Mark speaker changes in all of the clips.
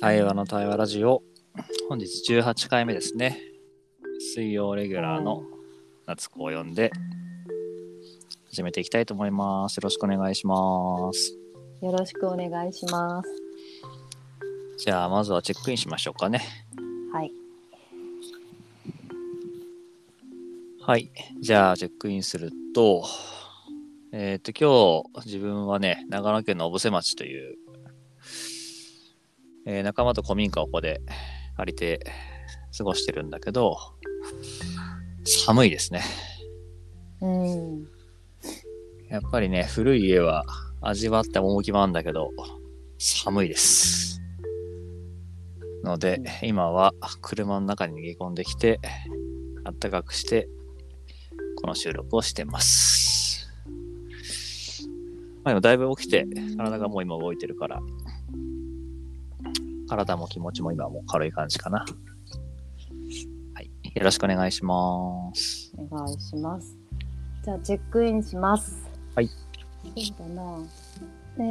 Speaker 1: 対話の対話ラジオ本日18回目ですね水曜レギュラーの夏子を呼んで始めていきたいと思いますよろしくお願いします
Speaker 2: よろしくお願いします。
Speaker 1: じゃあまずはチェックインしましょうかね
Speaker 2: はい。
Speaker 1: はいじゃあチェックインするとえっ、と今日自分はね長野県の小布施町という、えー仲間と古民家をここで借りて過ごしてるんだけど寒いですね
Speaker 2: うん。
Speaker 1: やっぱりね、古い家は味わって趣もあるんだけど、寒いです。ので、今は車の中に逃げ込んできて、あったかくして、この収録をしてます。まあ、今だいぶ起きて、体がもう今動いてるから、体も気持ちも今はもう軽い感じかな。はい。よろしくお願いします。
Speaker 2: お願いします。じゃあチェックインします。
Speaker 1: はい。
Speaker 2: そうだな。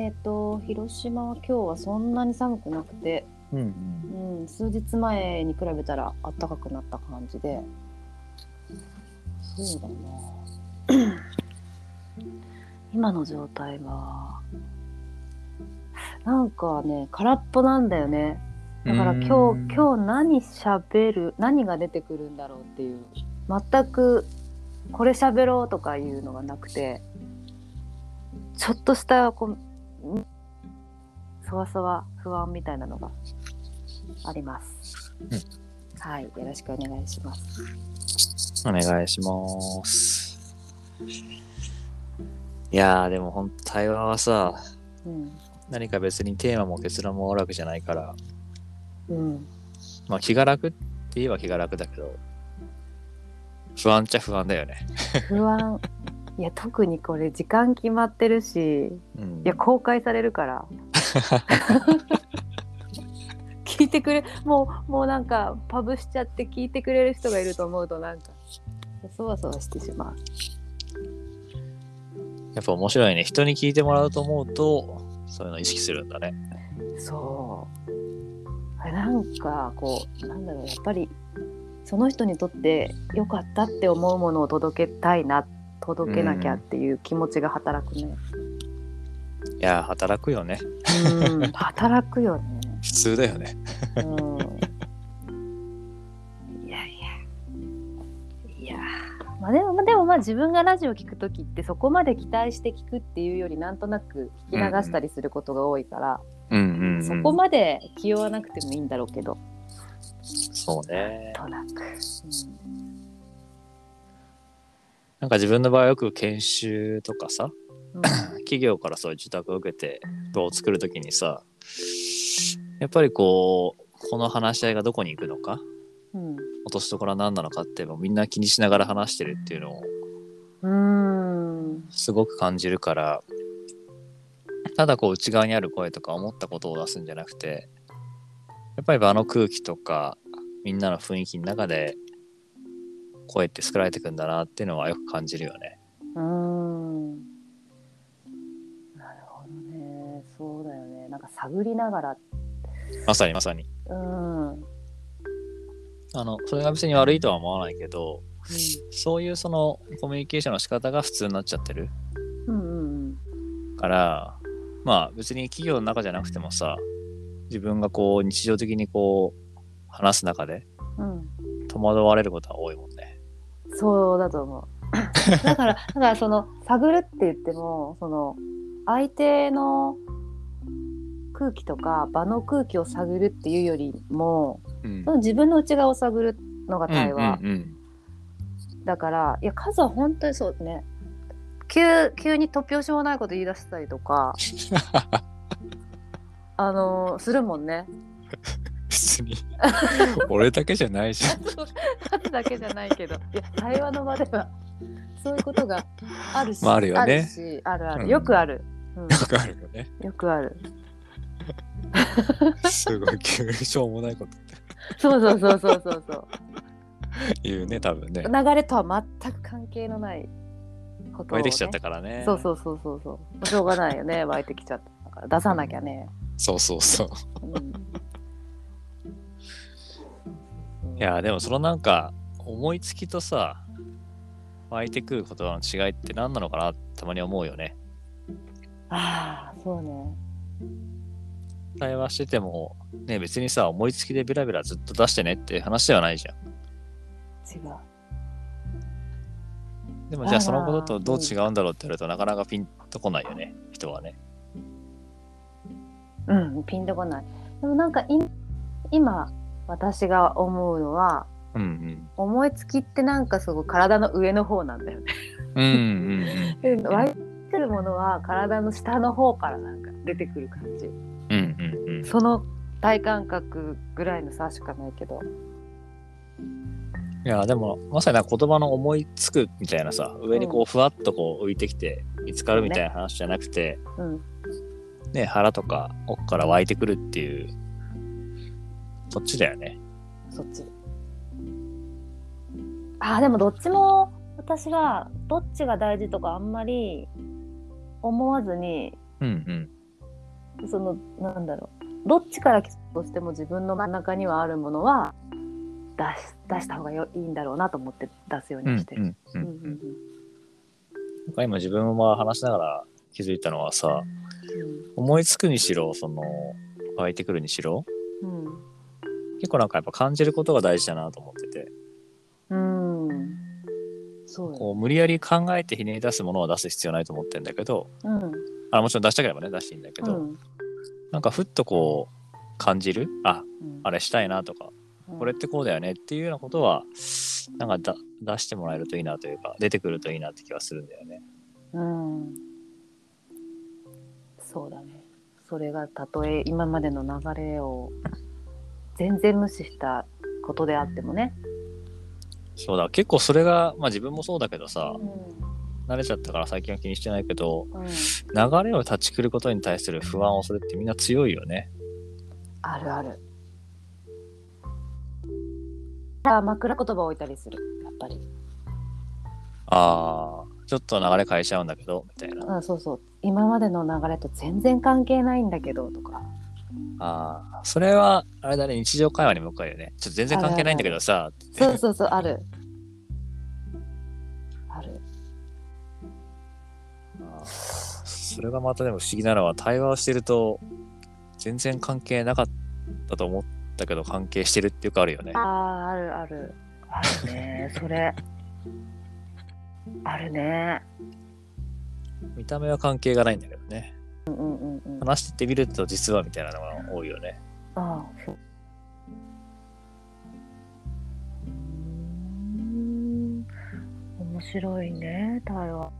Speaker 2: えっ、と広島は今日はそんなに寒くなくて、
Speaker 1: うん。
Speaker 2: うん、数日前に比べたら暖かくなった感じで。そうだな。今の状態は。なんかね空っぽなんだよねだから今日今日何喋る何が出てくるんだろうっていう全くこれ喋ろうとかいうのがなくてちょっとしたこうそわそわ不安みたいなのがあります。
Speaker 1: うん
Speaker 2: はい、よろしくお願いします。
Speaker 1: お願いします。いやー、でも本当対話はさ、
Speaker 2: うん、
Speaker 1: 何か別にテーマも結論もあるわけじゃないから、
Speaker 2: うん、
Speaker 1: まあ気が楽って言えば気が楽だけど、不安っちゃ不安だよね。
Speaker 2: 不安いや特にこれ時間決まってるし
Speaker 1: うん
Speaker 2: いや公開されるから聞いてくれもうもうなんかパブしちゃって聞いてくれる人がいると思うとなんかそわそわしてしまう
Speaker 1: やっぱ面白いね。人に聞いてもらうと思うと、そういうの意識するんだね。
Speaker 2: そうなんかこうなんだろうやっぱりその人にとって良かったって思うものを届けたいな届けなきゃっていう気持ちが働くね
Speaker 1: いやー、働くよね。
Speaker 2: うん 働くよね
Speaker 1: 普通だよね。
Speaker 2: うんいやいやいやまあでもまあでもまあ自分がラジオ聞く時ってそこまで期待して聞くっていうよりなんとなく聞き流したりすることが多いから、
Speaker 1: うんうん、うん。
Speaker 2: そこまで気負わなくてもいいんだろうけど
Speaker 1: そうね。
Speaker 2: となく、
Speaker 1: なんか自分の場合よく研修とかさ、
Speaker 2: うん
Speaker 1: 企業からそういう受託を受けて場を作るときにさやっぱりこうこの話し合いがどこに行くのか落としどころは何なのかってもうみんな気にしながら話してるっていうのを
Speaker 2: うんうん
Speaker 1: すごく感じるからただこう内側にある声とか思ったことを出すんじゃなくてやっぱり場の空気とかみんなの雰囲気の中で声って作られてくんだなっていうのはよく感じるよね。
Speaker 2: うんなるほどねそうだよねなんか探りながら
Speaker 1: まさにまさに。
Speaker 2: うん、うん
Speaker 1: あのそれが別に悪いとは思わないけどそういうそのコミュニケーションの仕方が普通になっちゃってる
Speaker 2: うん
Speaker 1: から、まあ別に企業の中じゃなくてもさ、自分がこう日常的にこう話す中で
Speaker 2: うんうん
Speaker 1: 戸惑われることは多いもんね。
Speaker 2: そうだ と思う。だから、だからその探るって言っても、その相手の空気とか場の空気を探るっていうよりも、
Speaker 1: うん
Speaker 2: その自分の内側を探るのが対話、
Speaker 1: うんうん
Speaker 2: だから、いや数は本当にそうね。急急に突拍子もないこと言い出したりと か、あのするもんね。
Speaker 1: 別に 俺だけじゃないじゃん。
Speaker 2: 数だけじゃないけど、いや対話の場ではそういうことがあるし、
Speaker 1: まああるよね
Speaker 2: るし、あるあ
Speaker 1: うん
Speaker 2: る、よくある。うん
Speaker 1: わかるよね。
Speaker 2: よくある。
Speaker 1: すごい急にしょうもないことって
Speaker 2: そうそうそうそうそうそ
Speaker 1: 言うね、多 分ね
Speaker 2: う。。流れとは全く関係のないことを、
Speaker 1: 湧
Speaker 2: ね。
Speaker 1: いてきちゃったからね。。
Speaker 2: そうそううそうそうそう。しょうがないよね。湧いてきちゃったから出さなきゃね。
Speaker 1: そうそうそう。
Speaker 2: うん
Speaker 1: いや、でもそのなんか、思いつきとさ、湧いてくる言葉の違いって何なのかなってたまに思うよね。
Speaker 2: ああそうね
Speaker 1: 対話してても、ね、別にさ、思いつきでベラベラずっと出してねって話ではないじゃん。
Speaker 2: 違う
Speaker 1: でもじゃ
Speaker 2: あ
Speaker 1: あ
Speaker 2: ー
Speaker 1: そのこととどう違うんだろうって言われるとなかなかピンとこないよね、人はね。
Speaker 2: うんピンとこないでもなんかい今私が思うのは
Speaker 1: うん
Speaker 2: 思いつきってなんかすごい体の上の方なんだよね。
Speaker 1: うん。うんうん
Speaker 2: 湧いてくるものは体の下の方からなんか出てくる感じ。
Speaker 1: うん。うんうんうん。
Speaker 2: その体感覚ぐらいの差しかないけど。
Speaker 1: いや、でも、まさになんか言葉の思いつくみたいなさ、上にこう、ふわっとこう浮いてきて、見つかるみたいな話じゃなくて、
Speaker 2: うん。
Speaker 1: ね、腹とか奥から湧いてくるっていう、そっちだよね。
Speaker 2: そっち。あーでもどっちも私はどっちが大事とかあんまり思わずに
Speaker 1: うんうん。
Speaker 2: そのなんだろうどっちから来たとしても自分の真ん中にはあるものは出し出した方がよいいんだろうなと思って出すよう
Speaker 1: うんう
Speaker 2: にしてる。
Speaker 1: んう
Speaker 2: うんんうんうん
Speaker 1: なんか今自分も話しながら気づいたのはさ、思いつくにしろ、その、湧いてくるにしろ、
Speaker 2: うん
Speaker 1: 結構なんかやっぱ感じることが大事だなと思ってて、
Speaker 2: うんうんそうよ
Speaker 1: こう無理やり考えてひねり出すものは出す必要ないと思ってんだけど、
Speaker 2: うん
Speaker 1: あもちろん出したければね、出していいんだけど、
Speaker 2: うん
Speaker 1: なんかふっとこう、感じるあ、
Speaker 2: うん
Speaker 1: あれしたいなとか、これっ
Speaker 2: うん
Speaker 1: てこうだよねっていうようなことは、なんかだ出してもらえるといいなというか、出てくるといいなって気がするんだよね。
Speaker 2: うんそうだねそれがたとえ今までの流れを全然無視したことであってもね、
Speaker 1: そうだ、結構それが、まあ自分もそうだけどさ
Speaker 2: う、ん
Speaker 1: 慣れちゃったから最近は気にしてないけど、
Speaker 2: うん、
Speaker 1: 流れを断ち切ることに対する不安をするってみんな強いよね。
Speaker 2: あるある。あ枕言葉を置いたりするやっぱり
Speaker 1: ああ、ちょっと流れ変えちゃうんだけど、みたいな。
Speaker 2: あそうそう今までの流れと全然関係ないんだけどとか
Speaker 1: ああ、それは、あれだね、日常会話に向かうよね。ちょっと全然関係ないんだけどさ、
Speaker 2: そうそうそうあるある
Speaker 1: あーそれがまたでも不思議なのは対話をしてると全然関係なかったと思ったけど関係してるっていうかあるよね。
Speaker 2: あーあるあるあるねそれあるね
Speaker 1: 見た目は関係がないんだけどね。
Speaker 2: うんうんうんうん
Speaker 1: 話してってみると実はみたいなのが多いよね。
Speaker 2: ああそううーん面白いね対話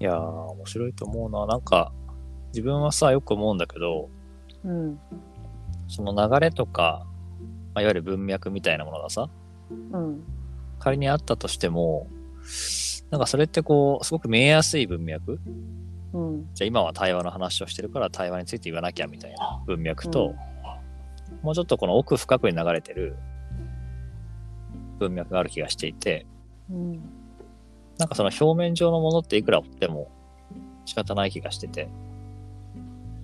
Speaker 1: いやー面白いと思うな。なんか自分はさよく思うんだけど
Speaker 2: うん
Speaker 1: その流れとか、まあ、いわゆる文脈みたいなものがさ
Speaker 2: うん
Speaker 1: 仮にあったとしてもなんかそれってこうすごく見えやすい文脈
Speaker 2: うん
Speaker 1: じゃあ今は対話の話をしてるから対話について言わなきゃみたいな文脈と、もうちょっとこの奥深くに流れてる文脈がある気がしていて
Speaker 2: うん
Speaker 1: なんかその表面上のものっていくら追っても仕方ない気がしてて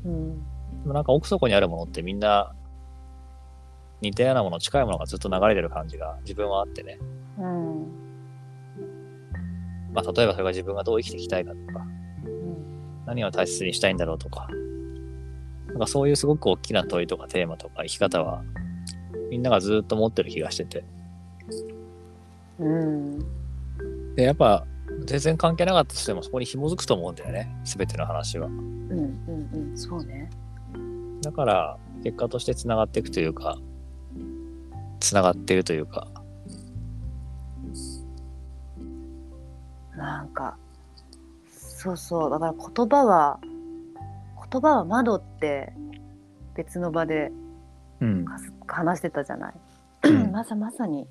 Speaker 2: うん
Speaker 1: でもなんか奥底にあるものってみんな似たようなもの近いものがずっと流れてる感じが自分はあってね、
Speaker 2: うん
Speaker 1: まあ、例えばそれが自分がどう生きていきたいかとか何を大切にしたいんだろうとか、なんかそういうすごく大きな問いとかテーマとか生き方は、みんながずっと持ってる気がしてて。
Speaker 2: うん
Speaker 1: で、やっぱ、全然関係なかったとしても、そこに紐づくと思うんだよね。すべての話は。
Speaker 2: うんうんうんそうね
Speaker 1: だから、結果として繋がっていくというか、繋がっているというか、
Speaker 2: なんかそうそうだから言葉は言葉は窓って別の場で
Speaker 1: うん。
Speaker 2: かす話してたじゃない、
Speaker 1: うん
Speaker 2: まさまさに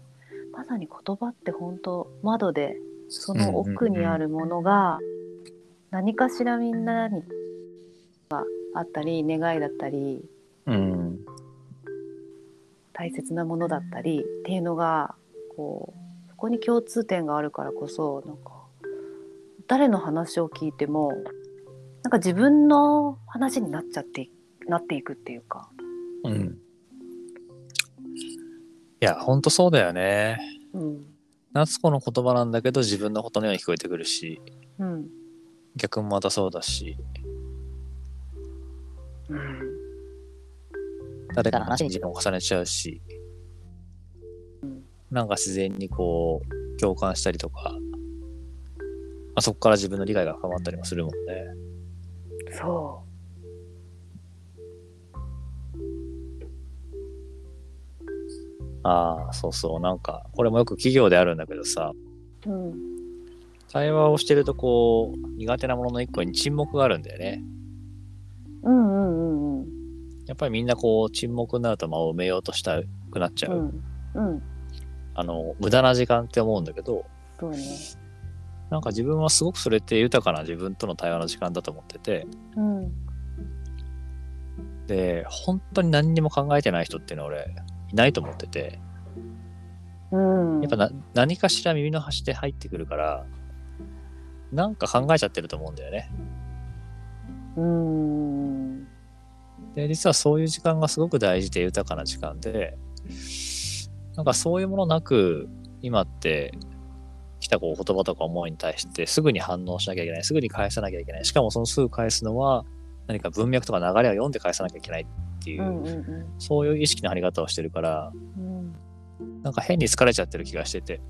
Speaker 2: まさに言葉って本当窓でその奥にあるものが何かしらみんなにがあったり願いだったり
Speaker 1: うん。
Speaker 2: 大切なものだったりっていうのがこうそこに共通点があるからこそなんか誰の話を聞いてもなんか自分の話になっちゃってなっていくっていうか
Speaker 1: うん。や、ほんとそうだよね。
Speaker 2: うん。
Speaker 1: 夏子の言葉なんだけど、自分のことのように聞こえてくるし、
Speaker 2: うん。
Speaker 1: 逆もまたそうだし、
Speaker 2: うん。
Speaker 1: 誰かの話に自分を重ねちゃうし、なんか自然にこう、共感したりとか、まあ、そこから自分の理解が深まったりもするもんね。
Speaker 2: そ
Speaker 1: ああ、そうそう。なんか、これもよく企業であるんだけどさ、
Speaker 2: う。うん。
Speaker 1: 対話をしてるとこう、苦手なものの一個に沈黙があるんだよね。
Speaker 2: うんうんうんうん。
Speaker 1: やっぱりみんなこう、沈黙になると間を埋めようとしたくなっちゃう。
Speaker 2: うん。うん。
Speaker 1: あの、無駄な時間って思うんだけど、
Speaker 2: そうね。
Speaker 1: なんか自分はすごくそれって豊かな自分との対話の時間だと思ってて、
Speaker 2: うん。
Speaker 1: で、本当に何にも考えてない人っていうのは俺、いないと思ってて、
Speaker 2: うん。
Speaker 1: やっぱな何かしら耳の端で入ってくるから、なんか考えちゃってると思うんだよね。
Speaker 2: うん。
Speaker 1: で、実はそういう時間がすごく大事で豊かな時間で、なんかそういうものなく、今って、来たこう言葉とか思いに対してすぐに反応しなきゃいけない、すぐに返さなきゃいけない。しかもそのすぐ返すのは、何か文脈とか流れを読んで返さなきゃいけないっていうう、
Speaker 2: んうん
Speaker 1: そういう意識の張り方をしてるから、
Speaker 2: うん。
Speaker 1: なんか変に疲れちゃってる気がしてて、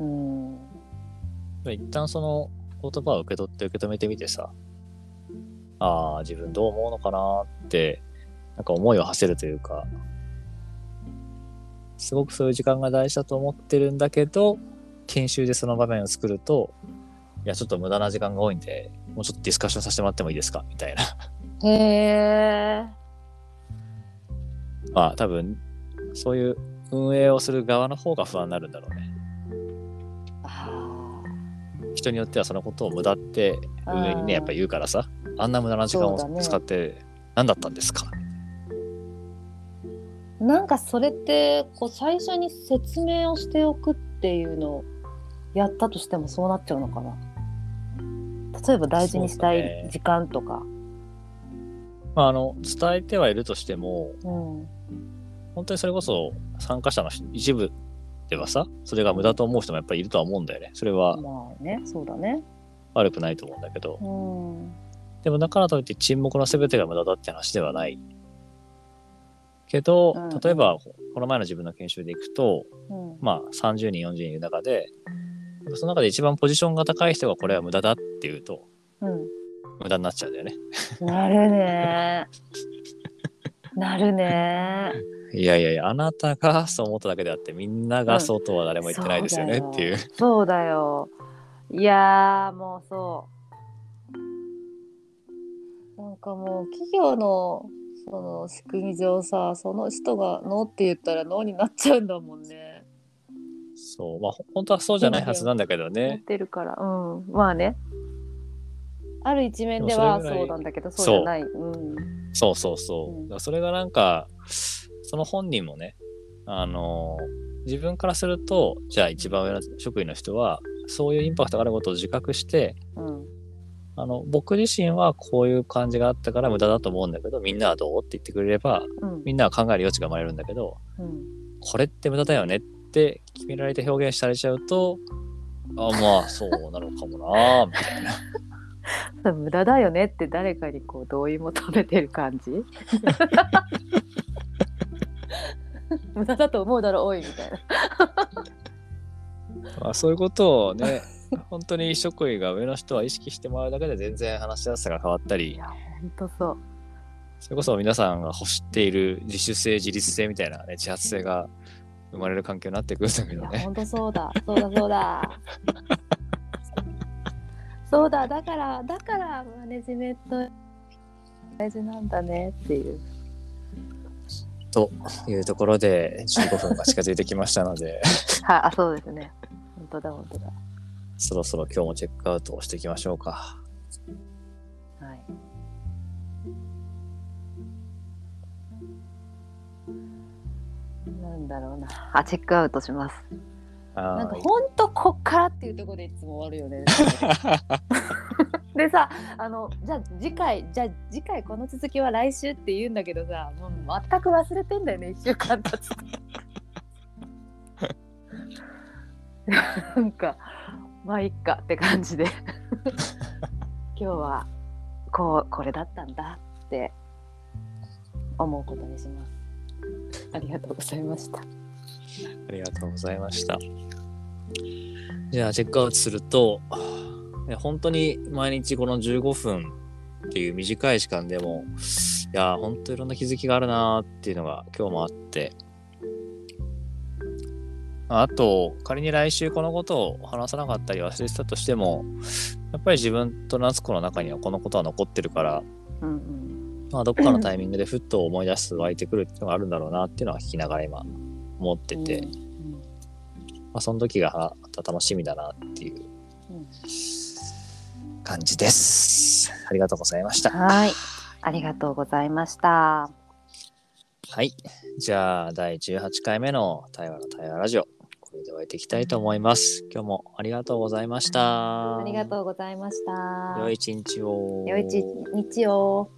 Speaker 2: うん。
Speaker 1: 一旦その言葉を受け取って受け止めてみてさ、ああ、自分どう思うのかなって、なんか思いを馳せるというか、すごくそういう時間が大事だと思ってるんだけど、研修でその場面を作ると、いや、ちょっと無駄な時間が多いんで、もうちょっとディスカッションさせてもらってもいいですかみたいな。
Speaker 2: へえ。
Speaker 1: まあ、多分、そういう運営をする側の方が不安になるんだろうね。
Speaker 2: あ
Speaker 1: 人によってはそのことを無駄って
Speaker 2: あ。
Speaker 1: 運営にね、やっぱり言うからさ、あんな無駄な時間
Speaker 2: そうだ
Speaker 1: を
Speaker 2: ね
Speaker 1: 使って何だったんですか
Speaker 2: なんかそれってこう最初に説明をしておくっていうのをやったとしてもそうなっちゃうのかな例えば大事にした
Speaker 1: そうだね
Speaker 2: い時間とか
Speaker 1: まあ、あの伝えてはいるとしても
Speaker 2: う,、
Speaker 1: 本当にそれこそ参加者の一部ではさそれが無駄と思う人もやっぱりいるとは思うんだよねそれは
Speaker 2: んまあねそうだね
Speaker 1: 悪くないと思うんだけど
Speaker 2: うん
Speaker 1: でもだからといって沈黙の全てが無駄だって話ではないけど
Speaker 2: うん
Speaker 1: 例えばこの前の自分の研修でいくと
Speaker 2: うん
Speaker 1: まあ30人40人いる中でその中で一番ポジションが高い人がこれは無駄だって言うと
Speaker 2: う
Speaker 1: 無駄になっちゃうんだよね
Speaker 2: んなるねなるね
Speaker 1: いやいやいやあなたがそう思っただけであってみんながそうとは誰も言ってないですよねっていう
Speaker 2: そうだよいやーもうそうなんかもう企業のその仕組み上さその人が「ノーって言ったら「ノーになっちゃうんだもんね
Speaker 1: そう、まあ、ほ 本当はそうじゃないはずなんだけど
Speaker 2: 思っ
Speaker 1: ね。
Speaker 2: てるからうんまあねある一面では
Speaker 1: でもそれぐらい
Speaker 2: そうなんだけどそうじゃないうん
Speaker 1: そうそうそう
Speaker 2: う。ん
Speaker 1: だからそれがなんか、その本人もね、あのー自分からすると、じゃあ一番上の職員の人は、そういうインパクトがあることを自覚して、
Speaker 2: うん
Speaker 1: あの、僕自身はこういう感じがあったから無駄だと思うんだけど、みんなはどうって言ってくれれば、
Speaker 2: うん
Speaker 1: みんなは考える余地が生まれるんだけど、
Speaker 2: うん
Speaker 1: これって無駄だよねって決められて表現されちゃうと、あまあ、そうなのかもなみたいな。
Speaker 2: それ無駄だよねって誰かにこう同意求めてる感じ 無駄だと思うだろおいみたいな
Speaker 1: まあ、そういうことをね 本当に職員が上の人は意識してもらうだけで全然話しやすさが変わったり
Speaker 2: 本当そう。
Speaker 1: それこそ皆さんが欲している自主性自律性みたいなね自発性が生まれる環境になってくるんだけ
Speaker 2: い
Speaker 1: ど
Speaker 2: や、
Speaker 1: ね
Speaker 2: 本当そうだ。そうだ、そうだ。 そうだ、だから、だから、マネジメント。大事なんだねっていう。
Speaker 1: というところで15分が近づいてきましたので
Speaker 2: はい、あ、そうですね。本当だ、本当だ。
Speaker 1: そろそろ今日もチェックアウトをしていきましょうか
Speaker 2: はい。なんだろうな。あ、チェックアウトします。なんか
Speaker 1: は
Speaker 2: 本当こっからっていうところでいつも終わるよね。
Speaker 1: ーい
Speaker 2: でさあのじゃあ次回じゃあ次回この続きは来週って言うんだけどさもう全く忘れてんだよね1週間経つとなんかまあいっかって感じで今日はこうこれだったんだって思うことにしますありがとうございました
Speaker 1: ありがとうございました。じゃあ、チェックアウトすると、いや本当に毎日この15分っていう短い時間でも、いやー、本当いろんな気づきがあるなーっていうのが今日もあって、あと、仮に来週このことを話さなかったり忘れてたとしても、やっぱり自分と夏子の中にはこのことは残ってるから、
Speaker 2: うんうん
Speaker 1: まあ、どっかのタイミングでふっと思い出す、湧いてくるっていうのがあるんだろうなっていうのは聞きながら今、思ってて、
Speaker 2: うん
Speaker 1: まあ、その時がまた楽しみだなっていう
Speaker 2: うん
Speaker 1: 感じです。ありがとうございました。
Speaker 2: はいありがとうございました
Speaker 1: はい。じゃあ、第18回目の対話の対話ラジオ、これで終えていきたいと思います。今日もありがとうございました。
Speaker 2: ありがとうございました
Speaker 1: 良い一日を。
Speaker 2: 良い一日を